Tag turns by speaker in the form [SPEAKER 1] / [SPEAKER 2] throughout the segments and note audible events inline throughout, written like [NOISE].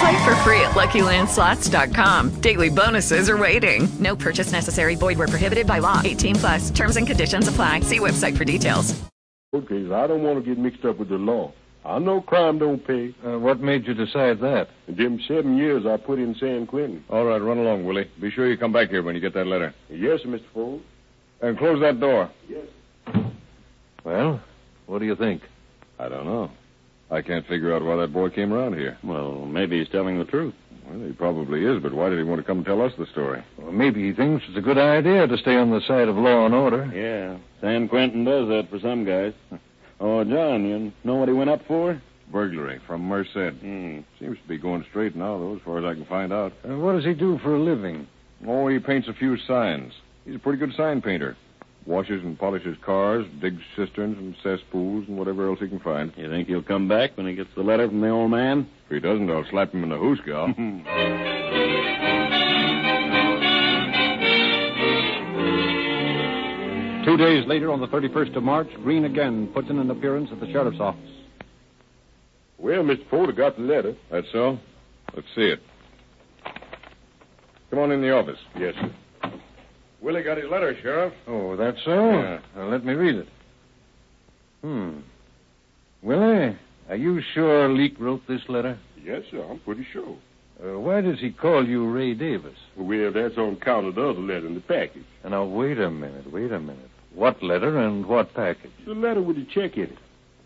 [SPEAKER 1] Play for free at LuckyLandSlots.com. Daily bonuses are waiting. No purchase necessary. Void were prohibited by law. 18 plus. Terms and conditions apply. See website for details.
[SPEAKER 2] Court cases. I don't want to get mixed up with the law. I know crime don't pay.
[SPEAKER 3] Uh, what made you decide that?
[SPEAKER 2] Them seven years I put in San Quentin.
[SPEAKER 3] All right, run along, Willie. Be sure you come back here when you get that letter.
[SPEAKER 2] Yes, Mr. Ford.
[SPEAKER 3] And close that door.
[SPEAKER 2] Yes.
[SPEAKER 3] Well, what do you think?
[SPEAKER 4] I don't know.
[SPEAKER 3] I can't figure out why that boy came around here.
[SPEAKER 4] Well, maybe he's telling the truth.
[SPEAKER 3] Well, he probably is, but why did he want to come tell us the story?
[SPEAKER 4] Well,
[SPEAKER 3] maybe he thinks it's a good idea to stay on the side of law and order.
[SPEAKER 4] Yeah, San Quentin does that for some guys. Oh, John, you know what he went up for?
[SPEAKER 3] Burglary from Merced.
[SPEAKER 4] Hmm.
[SPEAKER 3] Seems to be going straight now, though, as far as I can find out.
[SPEAKER 4] Uh, what does he do for a living?
[SPEAKER 3] Oh, he paints a few signs. He's a pretty good sign painter. Washes and polishes cars, digs cisterns and cesspools and whatever else he can find.
[SPEAKER 4] You think he'll come back when he gets the letter from the old man?
[SPEAKER 3] If he doesn't, I'll slap him in the
[SPEAKER 4] [LAUGHS]
[SPEAKER 3] hoosgow.
[SPEAKER 5] Two days later, on the 31st of March, Green again puts in an appearance at the sheriff's office.
[SPEAKER 2] Well, Mr. Ford, I got the letter.
[SPEAKER 3] That's so? Let's see it. Come on in the office.
[SPEAKER 2] Yes, sir.
[SPEAKER 3] Willie got his letter, Sheriff.
[SPEAKER 5] Oh, that's so?
[SPEAKER 3] Yeah.
[SPEAKER 5] Uh, let me read it. Hmm. Willie, are you sure Leak wrote this letter?
[SPEAKER 2] Yes, sir. I'm pretty sure.
[SPEAKER 5] Uh, why does he call you Ray Davis?
[SPEAKER 2] Well, that's on account of the other letter in the package.
[SPEAKER 5] Now, wait a minute, wait a minute. What letter and what package?
[SPEAKER 2] The letter with the check in it.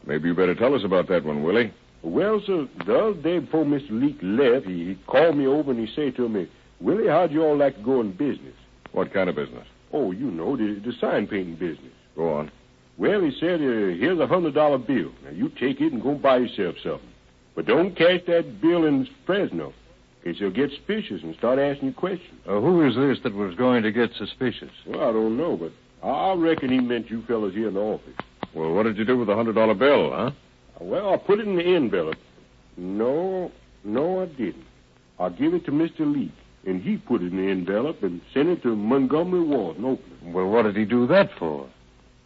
[SPEAKER 3] Maybe you better tell us about that one, Willie.
[SPEAKER 2] Well, sir, the other day before Mr. Leak left, he, he called me over and he said to me, Willie, how'd you all like to go in business?
[SPEAKER 3] What kind of business?
[SPEAKER 2] Oh, you know, the, the sign painting business.
[SPEAKER 3] Go on.
[SPEAKER 2] Well, he said, uh, here's a hundred dollar bill. Now you take it and go buy yourself something. But don't cash that bill in Fresno. Cause he'll get suspicious and start asking you questions.
[SPEAKER 5] Uh, who is this that was going to get suspicious?
[SPEAKER 2] Well, I don't know, but I I reckon he meant you fellas here in the office.
[SPEAKER 3] Well, what did you do with the hundred dollar bill, huh?
[SPEAKER 2] Well, I put it in the envelope. No, no, I didn't. I give it to Mr. Leak, and he put it in the envelope and sent it to Montgomery Ward in Oakland.
[SPEAKER 5] Well, what did he do that for?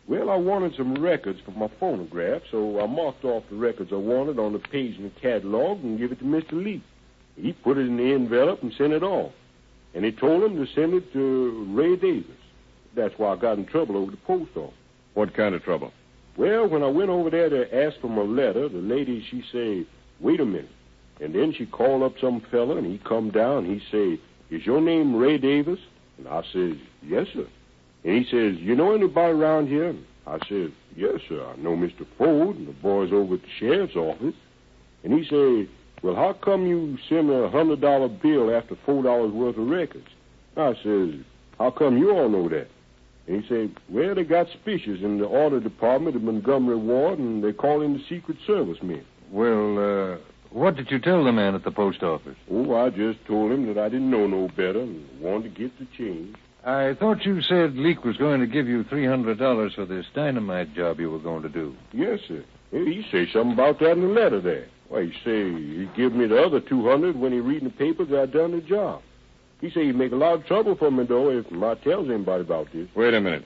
[SPEAKER 2] Well, I wanted some records for my phonograph, so I marked off the records I wanted on the page in the catalog and give it to Mr. Leak. He put it in the envelope and sent it off. And he told him to send it to Ray Davis. That's why I got in trouble over the post office.
[SPEAKER 3] What kind of trouble?
[SPEAKER 2] Well, when I went over there to ask for my letter, the lady she say, "Wait a minute," and then she called up some fella, and he come down. He say, "Is your name Ray Davis?" And I says, "Yes, sir." And he says, "You know anybody around here?" And I says, "Yes, sir. I know Mister Ford and the boys over at the sheriff's office." And he say, "Well, how come you send me a hundred dollar bill after four dollars worth of records?" I says, "How come you all know that?" And he said, well, they got suspicious in the order department of Montgomery Ward, and they called in the Secret Service men.
[SPEAKER 5] Well, uh, what did you tell the man at the post office?
[SPEAKER 2] Oh, I just told him that I didn't know no better and wanted to get the change.
[SPEAKER 5] I thought you said Leak was going to give you $300 for this dynamite job you were going to do.
[SPEAKER 2] Yes, sir. Yeah, He say something about that in the letter there. Why, he say he give me the other 200 when he read in the papers that I done the job. He say he make a lot of trouble for me, though, if I tells anybody about this.
[SPEAKER 3] Wait a minute.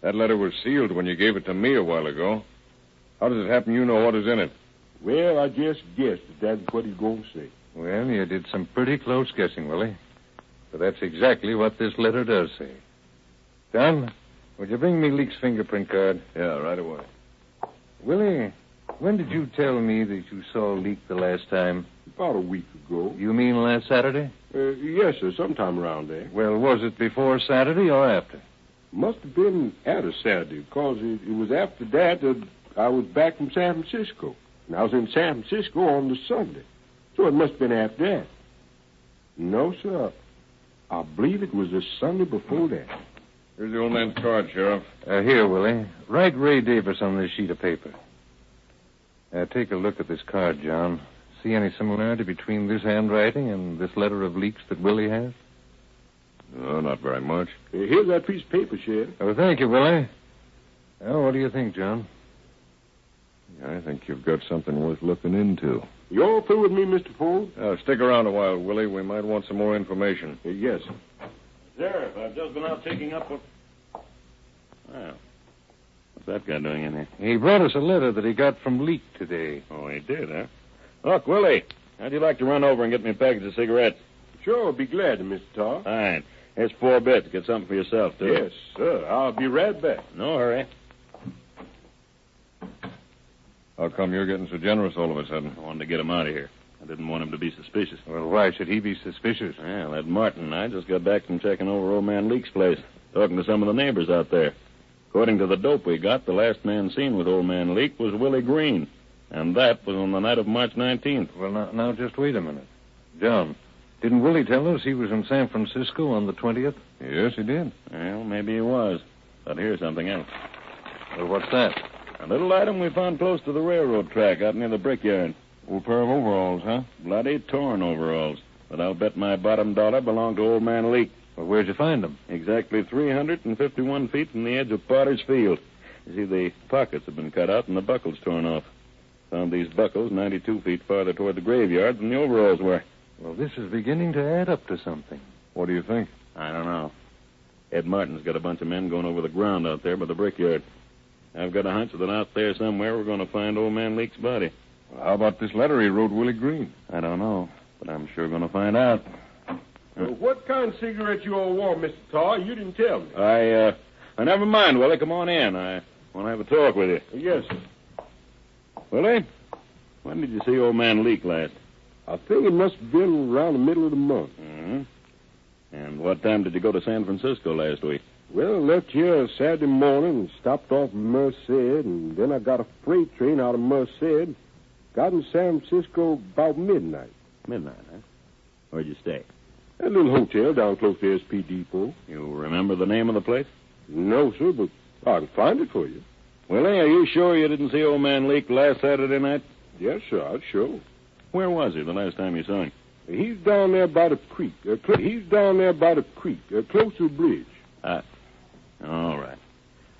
[SPEAKER 3] That letter was sealed when you gave it to me a while ago. How does it happen you know what is in it?
[SPEAKER 2] Well, I just guessed that that's what he going to say.
[SPEAKER 5] Well, you did some pretty close guessing, Willie. But that's exactly what this letter does say. Don, would you bring me Leek's fingerprint card?
[SPEAKER 3] Yeah, right away.
[SPEAKER 5] Willie, when did you tell me that you saw Leek the last time?
[SPEAKER 2] About a week ago.
[SPEAKER 5] You mean last Saturday?
[SPEAKER 2] Uh, yes, sir, sometime around there.
[SPEAKER 5] Well, was it before Saturday or after?
[SPEAKER 2] Must have been after Saturday, because it, it was after that that I was back from San Francisco. And I was in San Francisco on the Sunday. So it must have been after that. No, sir. I believe it was the Sunday before that.
[SPEAKER 5] Here's the old man's card, Sheriff. Uh, here, Willie. Write Ray Davis on this sheet of paper. Uh, take a look at this card, John. See any similarity between this handwriting and this letter of leaks that Willie has?
[SPEAKER 3] No, not very much.
[SPEAKER 2] Hey, Here's that piece of paper, Sheriff.
[SPEAKER 5] Oh, thank you, Willie. Well, what do you think, John?
[SPEAKER 3] I think you've got something worth looking into.
[SPEAKER 2] You all through with me, Mr. Ford?
[SPEAKER 3] Uh, stick around a while, Willie. We might want some more information.
[SPEAKER 2] Uh, yes.
[SPEAKER 4] Sheriff, I've just been out taking up what. Well, what's that guy doing in here?
[SPEAKER 5] He brought us a letter that he got from Leak today.
[SPEAKER 4] Oh, he did, huh? Look, Willie, how'd you like to run over and get me a package of cigarettes?
[SPEAKER 2] Sure, I'll be glad to, Mr. Todd.
[SPEAKER 4] Fine. Here's four bits. Get something for yourself, too.
[SPEAKER 2] Yes, sir. I'll be right back.
[SPEAKER 4] No hurry.
[SPEAKER 3] How come you're getting so generous all of a sudden?
[SPEAKER 4] I wanted to get him out of here. I didn't want him to be suspicious.
[SPEAKER 5] Well, why should he be suspicious?
[SPEAKER 4] Well, that Martin and I just got back from checking over old man Leake's place, talking to some of the neighbors out there. According to the dope we got, the last man seen with old man Leake was Willie Green, and that was on the night of March 19th.
[SPEAKER 5] Well, now, now just wait a minute. John, didn't Willie tell us he was in San Francisco on the 20th?
[SPEAKER 3] Yes, he did.
[SPEAKER 4] Well, maybe he was. But here's something else.
[SPEAKER 5] Well, what's that?
[SPEAKER 4] A little item we found close to the railroad track out near the brickyard.
[SPEAKER 3] Old pair of overalls, huh?
[SPEAKER 4] Bloody torn overalls. But I'll bet my bottom dollar belonged to old man Leake.
[SPEAKER 5] Well, where'd you find them?
[SPEAKER 4] Exactly 351 feet from the edge of Potter's Field. You see, the pockets have been cut out and the buckles torn off. Found these buckles 92 feet farther toward the graveyard than the overalls were.
[SPEAKER 5] Well, this is beginning to add up to something.
[SPEAKER 3] What do you think?
[SPEAKER 4] I don't know. Ed Martin's got a bunch of men going over the ground out there by the brickyard. I've got a hunch that out there somewhere we're going to find old man Leake's body.
[SPEAKER 3] Well, how about this letter he wrote Willie Green?
[SPEAKER 4] I don't know, but I'm sure going to find out.
[SPEAKER 2] Well, Uh, what kind of cigarette you all wore, Mr. Todd? You didn't tell me.
[SPEAKER 4] I, uh, I never mind, Willie. Come on in. I want to have a talk with you.
[SPEAKER 2] Yes, sir.
[SPEAKER 4] Willie, when did you see old man Leake last?
[SPEAKER 2] I think it must have been around the middle of the month.
[SPEAKER 4] hmm And what time did you go to San Francisco last week?
[SPEAKER 2] Well, left here Saturday morning and stopped off in Merced, and then I got a freight train out of Merced. Got in San Francisco about midnight.
[SPEAKER 4] Midnight, huh? Where'd you stay?
[SPEAKER 2] At a little hotel down close to SP Depot.
[SPEAKER 4] You remember the name of the place?
[SPEAKER 2] No, sir, but I can find it for you.
[SPEAKER 4] Willie, are you sure you didn't see old man Leake last Saturday night?
[SPEAKER 2] Yes, sir, I sure.
[SPEAKER 4] Where was he the last time you saw him?
[SPEAKER 2] He's down there by the creek. Uh, cl- he's down there by the creek, uh, close to the bridge.
[SPEAKER 4] Uh, all right.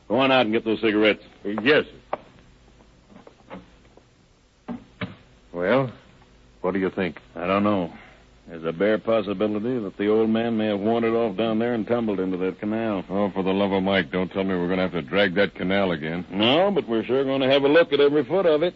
[SPEAKER 4] Go on out and get those cigarettes.
[SPEAKER 2] Uh, yes, sir.
[SPEAKER 5] Well, what do you think?
[SPEAKER 4] I don't know. There's a bare possibility that the old man may have wandered off down there and tumbled into that canal.
[SPEAKER 3] Oh, for the love of Mike, don't tell me we're going to have to drag that canal again.
[SPEAKER 4] No, but we're sure going to have a look at every foot of it.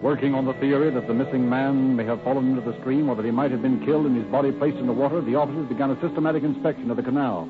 [SPEAKER 6] Working on the theory that the missing man may have fallen into the stream or that he might have been killed and his body placed in the water, the officers began a systematic inspection of the canal.